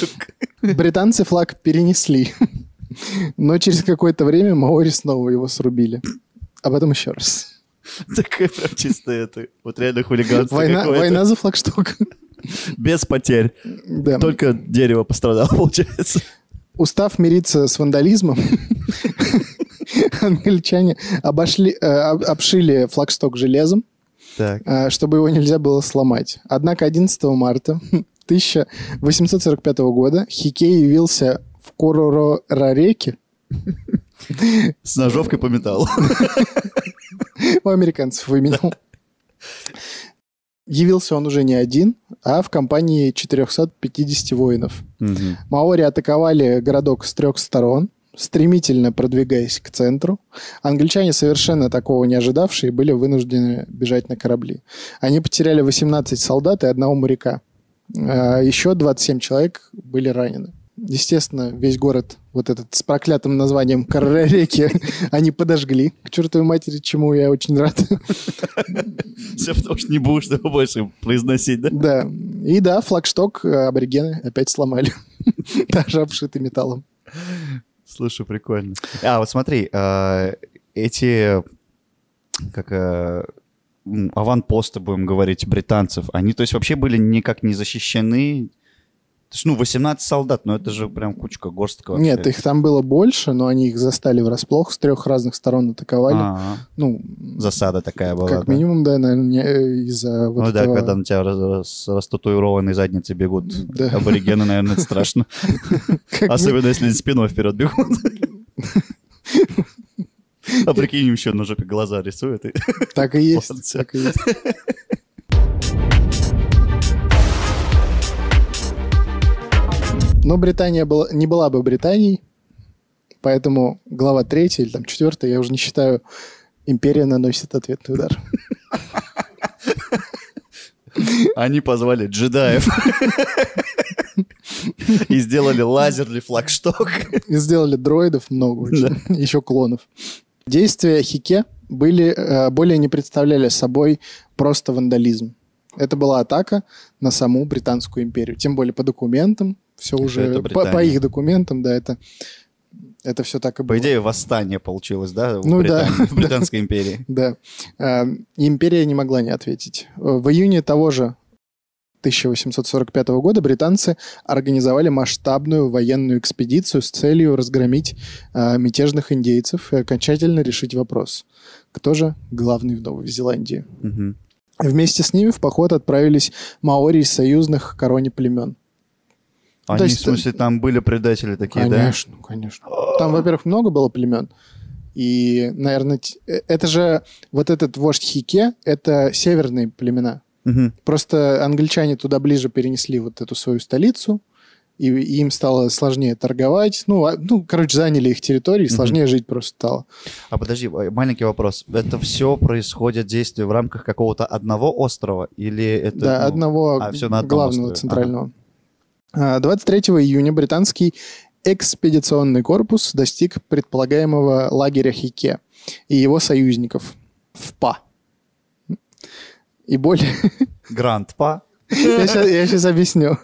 [SPEAKER 2] тук.
[SPEAKER 3] Британцы флаг перенесли. Но через какое-то время маори снова его срубили. А потом еще раз.
[SPEAKER 2] Такое прям чисто это. Вот реально хулиганство
[SPEAKER 3] Война,
[SPEAKER 2] какое-то.
[SPEAKER 3] война за флагшток.
[SPEAKER 2] Без потерь.
[SPEAKER 3] Да.
[SPEAKER 2] Только дерево пострадало, получается.
[SPEAKER 3] устав мириться с вандализмом, англичане обошли, э, об- обшили флагшток железом,
[SPEAKER 2] Так.
[SPEAKER 3] э, чтобы его нельзя было сломать. Однако 11 марта 1845 года Хикей явился в Корорареке
[SPEAKER 2] С ножовкой по металлу.
[SPEAKER 3] у американцев выменял. Явился он уже не один, а в компании 450 воинов.
[SPEAKER 2] Мгм.
[SPEAKER 3] Маори атаковали городок с трех сторон, стремительно продвигаясь к центру. Англичане, совершенно такого не ожидавшие, были вынуждены бежать на корабли. Они потеряли 18 солдат и одного моряка. А Еще 27 человек были ранены. Естественно, весь город вот этот с проклятым названием Карареки они подожгли. К чертовой матери, чему я очень рад.
[SPEAKER 2] Все потому что не будешь его больше произносить, да?
[SPEAKER 3] Да. И да, флагшток э, аборигены опять сломали. Даже обшитый металлом.
[SPEAKER 2] Слушай, прикольно. А, вот смотри, э, эти, как э, м, аванпосты, будем говорить, британцев, они, то есть, вообще были никак не защищены? То есть, ну, 18 солдат, но это же прям кучка, горстка вообще.
[SPEAKER 3] Нет, их там было больше, но они их застали врасплох, с трех разных сторон атаковали.
[SPEAKER 2] А,
[SPEAKER 3] Ну,
[SPEAKER 2] засада такая была.
[SPEAKER 3] как
[SPEAKER 2] да?
[SPEAKER 3] минимум, да, наверное, не- э, из-за вот
[SPEAKER 2] ну да,
[SPEAKER 3] этого.
[SPEAKER 2] когда на тебя раз, раз- растатуированные задницы бегут
[SPEAKER 3] Да.
[SPEAKER 2] аборигены, наверное, это страшно.
[SPEAKER 3] Как ми-
[SPEAKER 2] Особенно, если спиной вперед бегут. А прикинь, им еще ножик и глаза рисует. и-
[SPEAKER 3] Так и есть,
[SPEAKER 2] Вот всё.
[SPEAKER 3] так и есть. Но Британия была, не была бы Британией, поэтому глава третья или там четвертая, я уже не считаю, империя наносит ответный удар.
[SPEAKER 2] Они позвали джедаев. И сделали лазерный флагшток.
[SPEAKER 3] И сделали дроидов много очень. еще клонов. Действия Хике были, э, более не представляли собой просто вандализм. Это была атака на саму Британскую империю. Тем более по документам, все уже
[SPEAKER 2] это
[SPEAKER 3] по, по
[SPEAKER 2] Британия.
[SPEAKER 3] их документам, да, это, это все так и было.
[SPEAKER 2] По идее, восстание получилось, да, в
[SPEAKER 3] Ну да.
[SPEAKER 2] Британии- в Британской империи.
[SPEAKER 3] Да. Э, и Империя не могла не ответить. Э, В июне того же 1845 года британцы организовали масштабную военную экспедицию с целью разгромить э, мятежных индейцев и окончательно решить вопрос, кто же главный в Новой Зеландии.
[SPEAKER 2] Мгм.
[SPEAKER 3] Вместе с ними в поход отправились маори из союзных короне племен.
[SPEAKER 2] Они,
[SPEAKER 3] То есть-
[SPEAKER 2] в смысле, там были предатели такие,
[SPEAKER 3] Конечно, конечно. Там, во-первых, много было племен. И, наверное, т- э, это же вот этот вождь Хике, это северные племена.
[SPEAKER 2] да? Мгм.
[SPEAKER 3] Просто англичане туда ближе перенесли вот эту свою столицу, и, и им стало сложнее торговать. Ну, а- ну короче, заняли их территории, и
[SPEAKER 2] Мгм.
[SPEAKER 3] сложнее жить просто стало.
[SPEAKER 2] А подожди, э, маленький вопрос. Это все происходит действие в рамках какого-то одного острова? Или это...
[SPEAKER 3] да,
[SPEAKER 2] ну,
[SPEAKER 3] одного
[SPEAKER 2] а, всё на одном
[SPEAKER 3] главного
[SPEAKER 2] острове.
[SPEAKER 3] центрального. А, 23 июня британский экспедиционный корпус достиг предполагаемого лагеря Хике и его союзников в ПА. И более...
[SPEAKER 2] Гранд-па?
[SPEAKER 3] Я сейчас, объясню.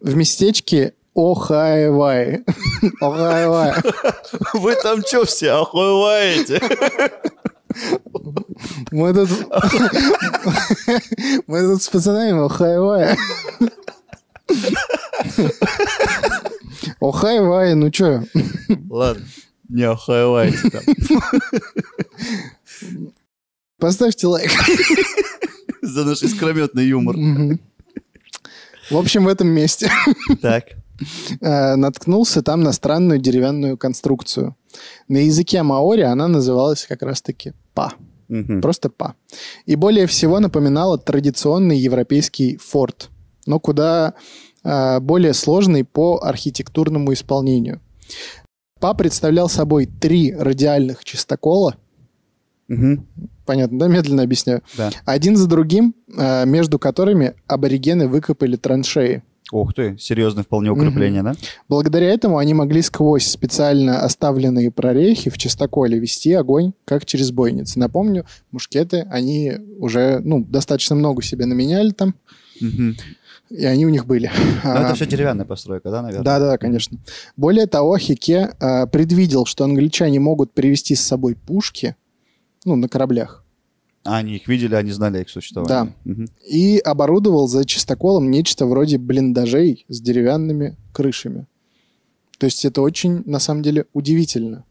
[SPEAKER 3] В местечке Охаевай. Охаевай.
[SPEAKER 2] Вы там что все охуеваете?
[SPEAKER 3] Мы тут... Мы тут с пацанами Охайвай. Охайвай, ну чё?
[SPEAKER 2] Ладно, не охуеваете там.
[SPEAKER 3] Поставьте лайк.
[SPEAKER 2] За наш искрометный юмор.
[SPEAKER 3] Мгм. В общем, в этом месте
[SPEAKER 2] Так.
[SPEAKER 3] э, наткнулся там на странную деревянную конструкцию. На языке маори она называлась как раз-таки па.
[SPEAKER 2] Мгм.
[SPEAKER 3] Просто па. И более всего напоминала традиционный европейский форт, но куда э, более сложный по архитектурному исполнению. Па представлял собой три радиальных чистокола,
[SPEAKER 2] Мгм.
[SPEAKER 3] понятно, да, медленно объясняю,
[SPEAKER 2] Да.
[SPEAKER 3] один за другим, э, между которыми аборигены выкопали траншеи.
[SPEAKER 2] Ух ты, серьезное вполне укрепление, да?
[SPEAKER 3] Благодаря этому они могли сквозь специально оставленные прорехи в чистоколе вести огонь, как через бойницы. Напомню, мушкеты, они уже ну, достаточно много себе наменяли там,
[SPEAKER 2] Мгм.
[SPEAKER 3] и они у них были.
[SPEAKER 2] Но
[SPEAKER 3] А,
[SPEAKER 2] Ну, это все деревянная постройка, да, наверное?
[SPEAKER 3] да, да, конечно. Более того, Хике а, предвидел, что англичане могут привезти с собой пушки, ну, на кораблях,
[SPEAKER 2] А, они их видели, они знали их существование. Да.
[SPEAKER 3] и оборудовал за чистоколом нечто вроде блиндажей с деревянными крышами. То есть это очень, на самом деле, удивительно.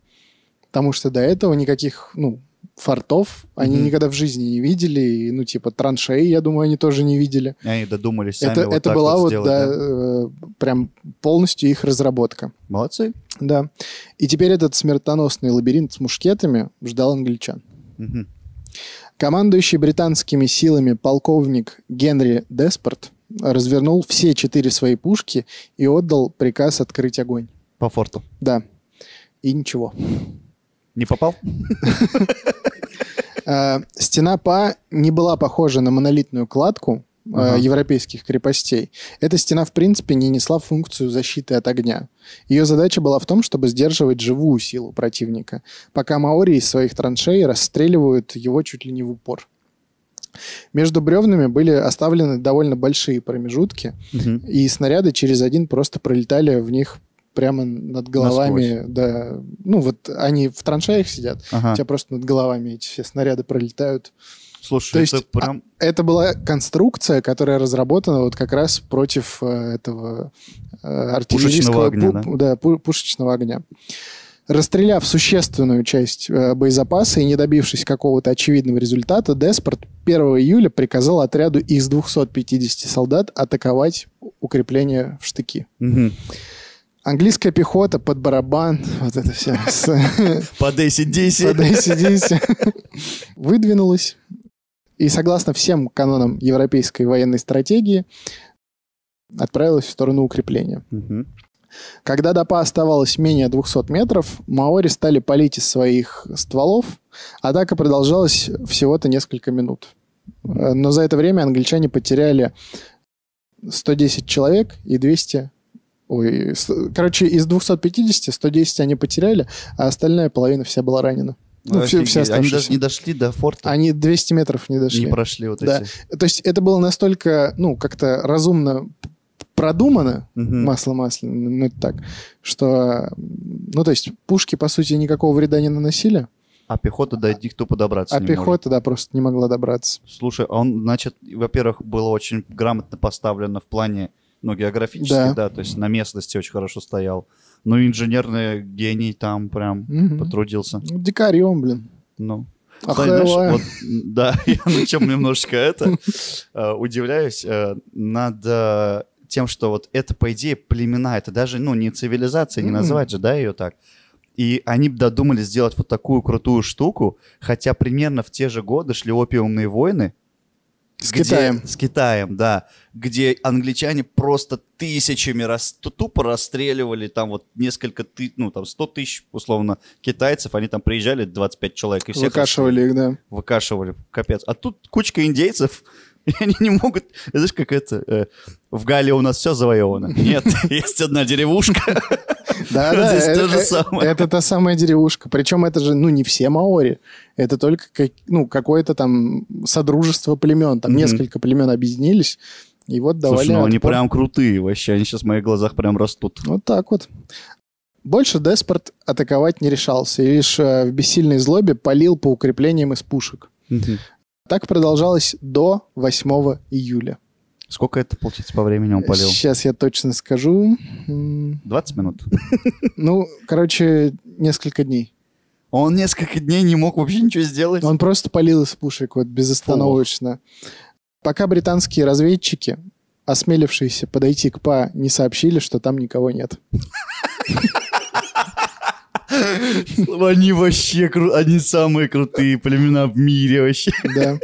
[SPEAKER 3] Потому что до этого никаких, ну, фортов они
[SPEAKER 2] Мгм.
[SPEAKER 3] никогда в жизни не видели. И, ну, типа, траншеи, я думаю, они тоже не видели.
[SPEAKER 2] И они додумались сами
[SPEAKER 3] это
[SPEAKER 2] вот
[SPEAKER 3] это
[SPEAKER 2] так
[SPEAKER 3] была
[SPEAKER 2] вот
[SPEAKER 3] вот,
[SPEAKER 2] сделать,
[SPEAKER 3] да,
[SPEAKER 2] да?
[SPEAKER 3] э, прям полностью их разработка.
[SPEAKER 2] Молодцы.
[SPEAKER 3] Да. И теперь этот смертоносный лабиринт с мушкетами ждал англичан.
[SPEAKER 2] Мгм.
[SPEAKER 3] Командующий британскими силами полковник Генри Деспорт развернул все четыре свои пушки и отдал приказ открыть огонь.
[SPEAKER 2] По форту.
[SPEAKER 3] Да. И ничего.
[SPEAKER 2] Не попал?
[SPEAKER 3] Э, Стена Па не была похожа на монолитную кладку э,
[SPEAKER 2] Ага.
[SPEAKER 3] европейских крепостей. Эта стена, в принципе, не несла функцию защиты от огня. Ее задача была в том, чтобы сдерживать живую силу противника, пока маори из своих траншей расстреливают его чуть ли не в упор. Между бревнами были оставлены довольно большие промежутки,
[SPEAKER 2] Мгм.
[SPEAKER 3] и снаряды через один просто пролетали в них прямо над головами. Да, ну вот они в траншеях сидят,
[SPEAKER 2] Ага.
[SPEAKER 3] у тебя просто над головами эти все снаряды пролетают.
[SPEAKER 2] Слушай,
[SPEAKER 3] То
[SPEAKER 2] это
[SPEAKER 3] есть, а-
[SPEAKER 2] прям...
[SPEAKER 3] Это была конструкция, которая разработана вот как раз против э, этого э, артиллерийского...
[SPEAKER 2] огня,
[SPEAKER 3] пу- да, пу- пушечного огня. Расстреляв существенную часть э, боезапаса и не добившись какого-то очевидного результата, Деспорт 1 июля приказал отряду из 250 солдат атаковать укрепление в штыки.
[SPEAKER 2] Мгм.
[SPEAKER 3] Английская пехота под барабан, вот это все, с-
[SPEAKER 2] По DC-DC.
[SPEAKER 3] Подай, сидите. Выдвинулась. И согласно всем канонам европейской военной стратегии, отправилась в сторону укрепления.
[SPEAKER 2] Мгм.
[SPEAKER 3] Когда до ПА оставалось менее 200 метров, маори стали палить из своих стволов. Атака продолжалась всего-то несколько минут. Э, Но за это время англичане потеряли 110 человек и 200... Ой, с- короче, из 250 110 они потеряли, а остальная половина вся была ранена. Ну, все,
[SPEAKER 2] Офигеть,
[SPEAKER 3] все
[SPEAKER 2] Они
[SPEAKER 3] оставшиеся.
[SPEAKER 2] даже не дошли до форта,
[SPEAKER 3] Они 200 метров не дошли.
[SPEAKER 2] не прошли вот
[SPEAKER 3] Да.
[SPEAKER 2] эти...
[SPEAKER 3] То есть это было настолько, ну, как-то разумно продумано,
[SPEAKER 2] Мгм.
[SPEAKER 3] масло масляное, ну это так, что, м, ну то есть пушки по сути никакого вреда не наносили,
[SPEAKER 2] А пехота до них тупо добраться
[SPEAKER 3] а
[SPEAKER 2] не может.
[SPEAKER 3] пехота да просто не могла добраться.
[SPEAKER 2] Слушай, а он, значит, во-первых, было очень грамотно поставлено в плане, ну, географически,
[SPEAKER 3] Да.
[SPEAKER 2] да, то есть на местности очень хорошо стоял. Ну, инженерный гений там прям
[SPEAKER 3] Мгм.
[SPEAKER 2] потрудился.
[SPEAKER 3] Ну, дикарь он, блин.
[SPEAKER 2] Ну. Кстати, знаешь,
[SPEAKER 3] А?
[SPEAKER 2] вот, м, да, я на чем немножечко это э, удивляюсь э, над э, тем, что вот это, по идее, племена, это даже, ну, не цивилизация, не
[SPEAKER 3] Мгм.
[SPEAKER 2] называть же, да, ее так. И они б додумали сделать вот такую крутую штуку, хотя примерно в те же годы шли опиумные войны.
[SPEAKER 3] С
[SPEAKER 2] где-
[SPEAKER 3] Китаем.
[SPEAKER 2] С Китаем, да. Где англичане просто тысячами рас- ту- тупо расстреливали там вот несколько, ты, ну, там 100 тысяч, условно, китайцев. Они там приезжали 25 человек и всех
[SPEAKER 3] Выкашивали их, да.
[SPEAKER 2] выкашивали, капец. А тут кучка индейцев, и они не могут... Это Знаешь, как это... э, в Галле у нас все завоевано. Нет, есть одна деревушка.
[SPEAKER 3] Да, да,
[SPEAKER 2] Здесь
[SPEAKER 3] это,
[SPEAKER 2] то же
[SPEAKER 3] э-
[SPEAKER 2] самое.
[SPEAKER 3] это та самая деревушка. Причем это же, ну, не все маори. Это только как- ну, какое-то там содружество племен. Там
[SPEAKER 2] Мгм.
[SPEAKER 3] несколько племен объединились. И вот давали...
[SPEAKER 2] Слушай, ну они
[SPEAKER 3] отпор.
[SPEAKER 2] прям крутые вообще. Они сейчас в моих глазах прям растут.
[SPEAKER 3] Вот так вот. Больше Деспорт атаковать не решался, и лишь э, в бессильной злобе палил по укреплениям из пушек. Так продолжалось до 8 июля.
[SPEAKER 2] Сколько это, получится, по времени он полил?
[SPEAKER 3] Сейчас я точно скажу. М,
[SPEAKER 2] 20 минут.
[SPEAKER 3] Ну, короче, несколько дней.
[SPEAKER 2] Он несколько дней не мог вообще ничего сделать.
[SPEAKER 3] Он просто палил из пушек вот безостановочно. Пока британские разведчики, осмелившиеся подойти к ПА, не сообщили, что там никого нет.
[SPEAKER 2] Они вообще кру- Они самые крутые племена в мире вообще.
[SPEAKER 3] Да.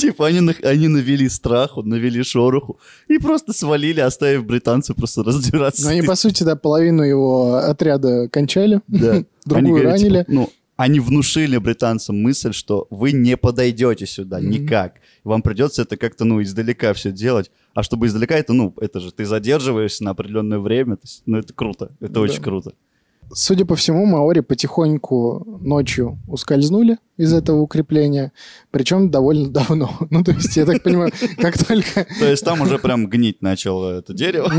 [SPEAKER 2] Типа они, нах- они навели страху, навели шороху и просто свалили, оставив британцев просто разбираться.
[SPEAKER 3] Но Ну, они, по сути, да, половину его отряда кончали,
[SPEAKER 2] Да.
[SPEAKER 3] другую
[SPEAKER 2] Они говорят, типа,
[SPEAKER 3] ранили.
[SPEAKER 2] ну, они внушили британцам мысль, что вы не подойдете сюда
[SPEAKER 3] Мгм.
[SPEAKER 2] никак. Вам придется это как-то, ну, издалека все делать. А чтобы издалека, это, ну, это же ты задерживаешься на определенное время. То есть, ну, это круто. Это
[SPEAKER 3] Да.
[SPEAKER 2] очень круто.
[SPEAKER 3] Судя по всему, маори потихоньку ночью ускользнули из этого укрепления, причем довольно давно. Ну, то есть, я так понимаю, как только...
[SPEAKER 2] То есть там уже прям гнить начало это дерево.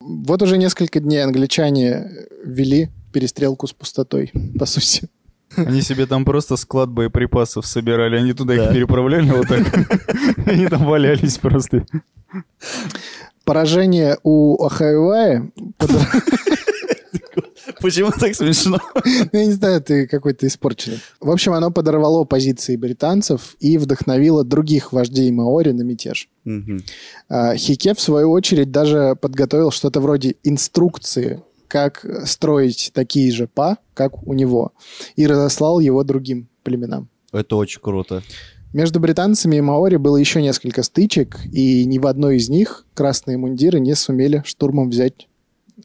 [SPEAKER 3] Вот уже несколько дней англичане вели перестрелку с пустотой, по сути.
[SPEAKER 4] Они себе там просто склад боеприпасов собирали, они туда
[SPEAKER 2] Да.
[SPEAKER 4] их переправляли вот так. Они там валялись просто.
[SPEAKER 3] Поражение у Ахайвая...
[SPEAKER 2] Почему так смешно?
[SPEAKER 3] ну, Я не знаю, ты какой-то испорченный. В общем, оно подорвало позиции британцев и вдохновило других вождей маори на мятеж.
[SPEAKER 2] Мгм.
[SPEAKER 3] А, Хике, в свою очередь, даже подготовил что-то вроде инструкции, как строить такие же па, как у него, и разослал его другим племенам.
[SPEAKER 2] Это очень круто.
[SPEAKER 3] Между британцами и маори было еще несколько стычек, и ни в одной из них красные мундиры не сумели штурмом взять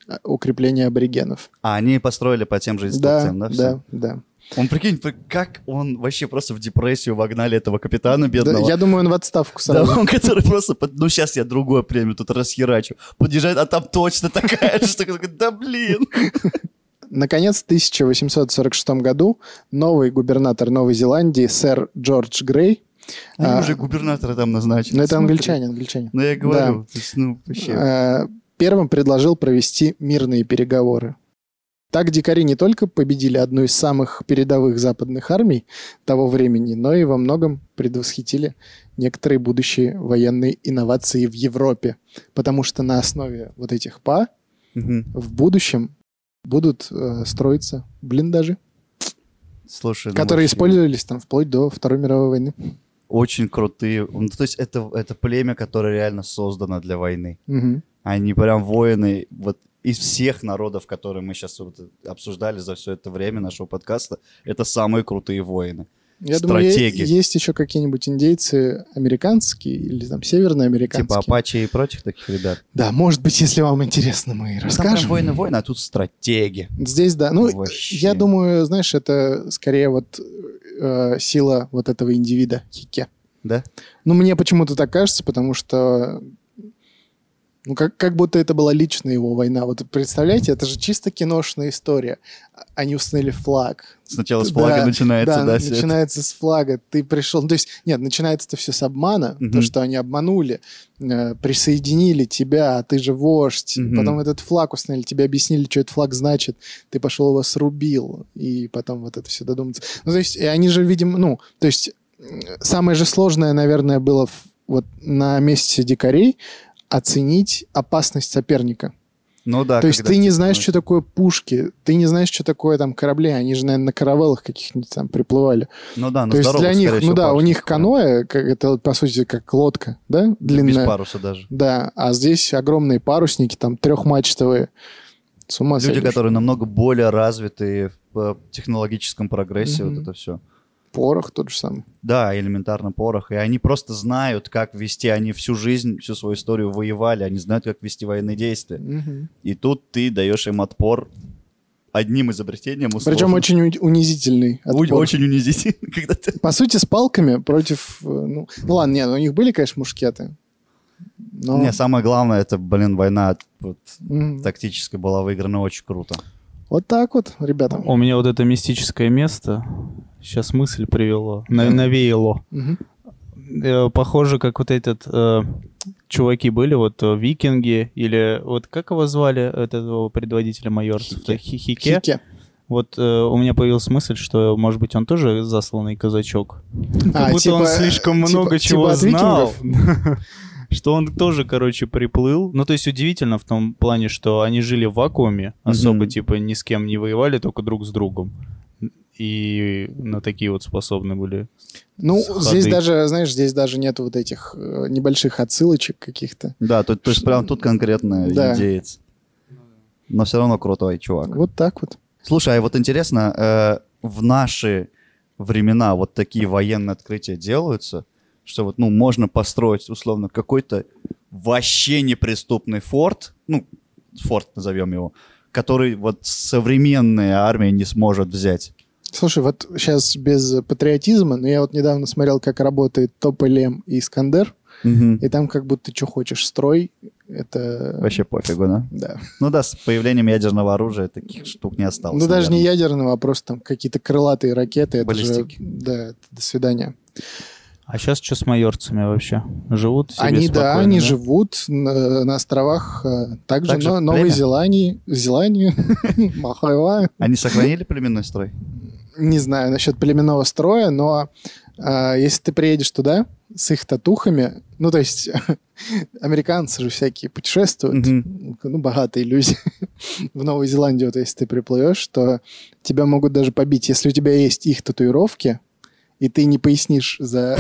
[SPEAKER 3] а, укрепление аборигенов.
[SPEAKER 2] А они построили по тем же инструкциям, да?
[SPEAKER 3] да,
[SPEAKER 2] всё?
[SPEAKER 3] да, да.
[SPEAKER 2] Он, прикинь, как он вообще просто в депрессию вогнали этого капитана
[SPEAKER 3] Да,
[SPEAKER 2] бедного.
[SPEAKER 3] Я думаю, он в отставку
[SPEAKER 2] Да,
[SPEAKER 3] сразу.
[SPEAKER 2] он, который просто, под- ну сейчас я другое племя тут расхерачу. Подъезжает, а там точно такая же. штука. Такой, Да блин.
[SPEAKER 3] Наконец, в 1846 году новый губернатор Новой Зеландии, сэр Джордж Грей,
[SPEAKER 2] Они
[SPEAKER 3] А,
[SPEAKER 2] Ну, уже губернатора там назначили.
[SPEAKER 3] ну это
[SPEAKER 2] Смотри.
[SPEAKER 3] англичане, англичане,
[SPEAKER 2] Ну я говорю, то есть, ну вообще.
[SPEAKER 3] э, первым предложил провести мирные переговоры. Так дикари не только победили одну из самых передовых западных армий того времени, но и во многом предвосхитили некоторые будущие военные инновации в Европе, потому что на основе вот этих ПА
[SPEAKER 2] Мгм.
[SPEAKER 3] в будущем будут э, строиться блиндажи,
[SPEAKER 2] Слушай, ну,
[SPEAKER 3] которые
[SPEAKER 2] вообще
[SPEAKER 3] использовались там вплоть до Второй мировой войны.
[SPEAKER 2] Очень крутые. Ну, то есть это, это племя, которое реально создано для войны.
[SPEAKER 3] Мгм.
[SPEAKER 2] Они прям воины вот из всех народов, которые мы сейчас обсуждали за все это время нашего подкаста, это самые крутые воины.
[SPEAKER 3] Я думаю, е-
[SPEAKER 2] Стратеги.
[SPEAKER 3] есть еще какие-нибудь индейцы американские или там северноамериканские.
[SPEAKER 2] Типа Апачи и прочих таких ребят.
[SPEAKER 3] Да, может быть, если вам интересно, мы и
[SPEAKER 2] Там прям
[SPEAKER 3] расскажем.
[SPEAKER 2] воины-воины, а тут стратеги.
[SPEAKER 3] Здесь, да. Ну,
[SPEAKER 2] Вообще.
[SPEAKER 3] я думаю, знаешь, это скорее вот э, сила вот этого индивида Хике.
[SPEAKER 2] Да?
[SPEAKER 3] Ну, мне почему-то так кажется, потому что... Ну, как, как будто это была личная его война. Вот представляете, это же чисто киношная история. А, Они установили флаг.
[SPEAKER 2] Сначала с
[SPEAKER 3] Да,
[SPEAKER 2] флага начинается, да, всё это?
[SPEAKER 3] начинается с флага. Ты пришел... ну, То есть, нет, начинается-то все с обмана.
[SPEAKER 2] Мгм.
[SPEAKER 3] То, что они обманули, э, присоединили тебя, а ты же вождь.
[SPEAKER 2] Мгм.
[SPEAKER 3] Потом этот флаг установили, тебе объяснили, что этот флаг значит. Ты пошел его срубил. И потом вот это все додуматься. Ну, то есть, и они же, видимо, ну, то есть, м, самое же сложное, наверное, было в- вот на месте дикарей оценить опасность соперника.
[SPEAKER 2] Ну да.
[SPEAKER 3] То есть
[SPEAKER 2] когда
[SPEAKER 3] ты не
[SPEAKER 2] типа,
[SPEAKER 3] знаешь,
[SPEAKER 2] ну,
[SPEAKER 3] что такое пушки, ты не знаешь, что такое там корабли, они же, наверное, на каравеллах каких-нибудь там приплывали.
[SPEAKER 2] Ну да, на
[SPEAKER 3] То есть
[SPEAKER 2] здоровых,
[SPEAKER 3] для
[SPEAKER 2] скорее
[SPEAKER 3] них, ну
[SPEAKER 2] всего,
[SPEAKER 3] да, у
[SPEAKER 2] парусах,
[SPEAKER 3] них каноэ, как это по сути как лодка, да,
[SPEAKER 2] да. Ну, Без
[SPEAKER 3] длинная.
[SPEAKER 2] паруса даже.
[SPEAKER 3] Да, а здесь огромные парусники, там трехмачтовые. С ума
[SPEAKER 2] Люди,
[SPEAKER 3] сойдешь.
[SPEAKER 2] которые намного более развиты в э, технологическом прогрессе,
[SPEAKER 3] Мгм.
[SPEAKER 2] вот это все.
[SPEAKER 3] Порох тот же самый.
[SPEAKER 2] Да, элементарно порох. И они просто знают, как вести. Они всю жизнь, всю свою историю воевали. Они знают, как вести военные действия.
[SPEAKER 3] Мгм.
[SPEAKER 2] И тут ты даешь им отпор одним изобретением. условно.
[SPEAKER 3] Причем очень уни- унизительный.
[SPEAKER 2] У-
[SPEAKER 3] отпор.
[SPEAKER 2] очень унизительно, когда ты...
[SPEAKER 3] По сути, с палками против... э, Ну, ну ладно, нет, у них были, конечно, мушкеты. Но...
[SPEAKER 2] Не, самое главное, это, блин, война вот,
[SPEAKER 3] Мгм.
[SPEAKER 2] тактическая была выиграна очень круто.
[SPEAKER 3] Вот так вот, ребята.
[SPEAKER 4] У меня вот это мистическое место сейчас мысль привело, на- навеяло.
[SPEAKER 3] Мгм.
[SPEAKER 4] Э, Похоже, как вот этот э, чуваки были, вот э, викинги, или вот как его звали, этого предводителя майорцев?
[SPEAKER 2] Хике.
[SPEAKER 4] Хике. Хике.
[SPEAKER 3] Хике.
[SPEAKER 4] Вот э, у меня появилась мысль, что, может быть, он тоже засланный казачок. Как
[SPEAKER 3] А,
[SPEAKER 4] будто
[SPEAKER 3] типа,
[SPEAKER 4] он слишком
[SPEAKER 3] типа-
[SPEAKER 4] много
[SPEAKER 3] типа
[SPEAKER 4] чего
[SPEAKER 3] от
[SPEAKER 4] знал.
[SPEAKER 3] викингов?
[SPEAKER 4] Что он тоже, короче, приплыл. Ну, то есть удивительно в том плане, что они жили в вакууме, особо,
[SPEAKER 2] Мгм.
[SPEAKER 4] типа, ни с кем не воевали, только друг с другом. И на такие вот способны были.
[SPEAKER 3] Ну,
[SPEAKER 4] Ходы.
[SPEAKER 3] здесь даже, знаешь, здесь даже нет вот этих э, небольших отсылочек каких-то.
[SPEAKER 2] Да, то, то есть
[SPEAKER 3] Ш-
[SPEAKER 2] прям тут конкретно
[SPEAKER 3] Да.
[SPEAKER 2] индеец. Но все равно крутой чувак.
[SPEAKER 3] Вот так вот.
[SPEAKER 2] Слушай, а вот интересно, э, в наши времена вот такие военные открытия делаются, что вот, ну, можно построить, условно, какой-то вообще неприступный форт, ну, форт назовем его, который вот современная армия не сможет взять.
[SPEAKER 3] Слушай, вот сейчас без патриотизма, но я вот недавно смотрел, как работает Тополем и Искандер, и там как будто что хочешь строй, это...
[SPEAKER 2] Вообще пофигу, да?
[SPEAKER 3] Да.
[SPEAKER 2] Ну да, с появлением ядерного оружия таких штук не осталось.
[SPEAKER 3] ну, даже не
[SPEAKER 2] наверное.
[SPEAKER 3] ядерного, а просто там какие-то крылатые ракеты. Это же,
[SPEAKER 2] Баллистики.
[SPEAKER 3] да, это до свидания.
[SPEAKER 4] А сейчас что с майорцами вообще? Живут себе
[SPEAKER 3] они, да,
[SPEAKER 4] спокойно,
[SPEAKER 3] они живут на, на островах э, также,
[SPEAKER 2] Так же
[SPEAKER 3] но-
[SPEAKER 2] племя?
[SPEAKER 3] Новой Зеландии, Зеландии, Махайва.
[SPEAKER 2] Они сохранили племенной строй?
[SPEAKER 3] не знаю насчет племенного строя, но э, если ты приедешь туда с их татухами, ну, то есть американцы же всякие путешествуют,
[SPEAKER 2] Мгм.
[SPEAKER 3] ну, богатые люди в Новую Зеландию, вот если ты приплывешь, то тебя могут даже побить, если у тебя есть их татуировки, и ты не пояснишь за...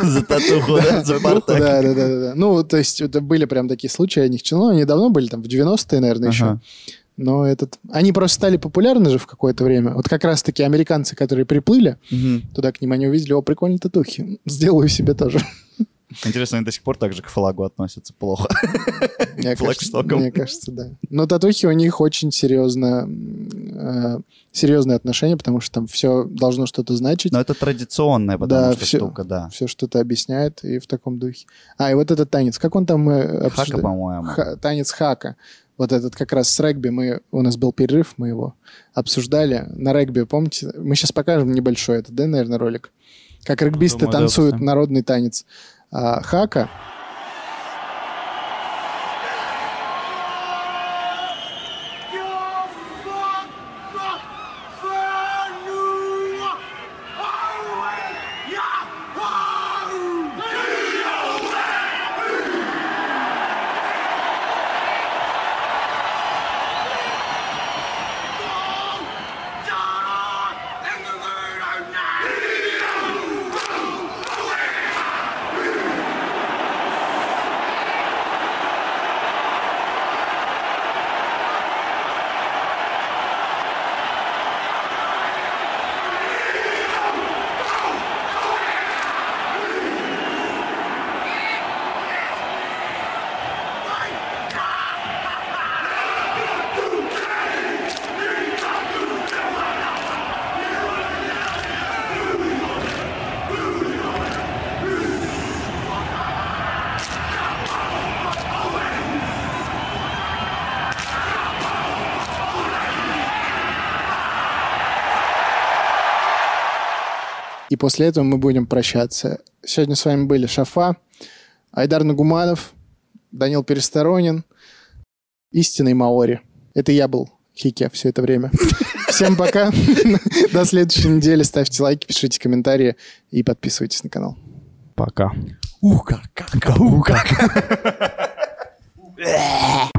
[SPEAKER 2] За татуху, да? За
[SPEAKER 3] Да,
[SPEAKER 2] бардак.
[SPEAKER 3] да, да, да, да. Ну, то есть это были прям такие случаи, я не читал, ну, они давно были, там, в 90-е, наверное, еще.
[SPEAKER 2] Ага.
[SPEAKER 3] Но этот... Они просто стали популярны же в какое-то время. Вот как раз-таки американцы, которые приплыли,
[SPEAKER 2] Мгм.
[SPEAKER 3] туда к ним они увидели, о, прикольные татухи, сделаю себе тоже.
[SPEAKER 2] Интересно, они до сих пор так же к флагу относятся плохо.
[SPEAKER 3] Мне кажется,
[SPEAKER 2] Флагштоком.
[SPEAKER 3] мне кажется, да. Но татухи у них очень серьезно, м, э, серьезные отношения, потому что там все должно что-то значить,
[SPEAKER 2] Но это традиционная, потому
[SPEAKER 3] Да,
[SPEAKER 2] что
[SPEAKER 3] всё.
[SPEAKER 2] штука, да.
[SPEAKER 3] все что-то объясняет и в таком духе. А, и вот этот танец, как он там мы
[SPEAKER 2] Хака,
[SPEAKER 3] обсуждали?
[SPEAKER 2] по-моему.
[SPEAKER 3] Ха- танец хака. Вот этот как раз с регби, мы, у нас был перерыв, мы его обсуждали на регби, помните? Мы сейчас покажем небольшой этот, да, наверное, ролик? Как регбисты
[SPEAKER 4] Думаю, да,
[SPEAKER 3] танцуют
[SPEAKER 4] пацаны.
[SPEAKER 3] народный танец а, хака. И после этого мы будем прощаться. Сегодня с вами были Шафа, Айдар Нагуманов, Данил Пересторонин, Истинный Маори. Это я был Хике все это время. Всем пока. До следующей недели. Ставьте лайки, пишите комментарии и подписывайтесь на канал.
[SPEAKER 4] Пока.
[SPEAKER 2] Ух, как, как, как, ух, как.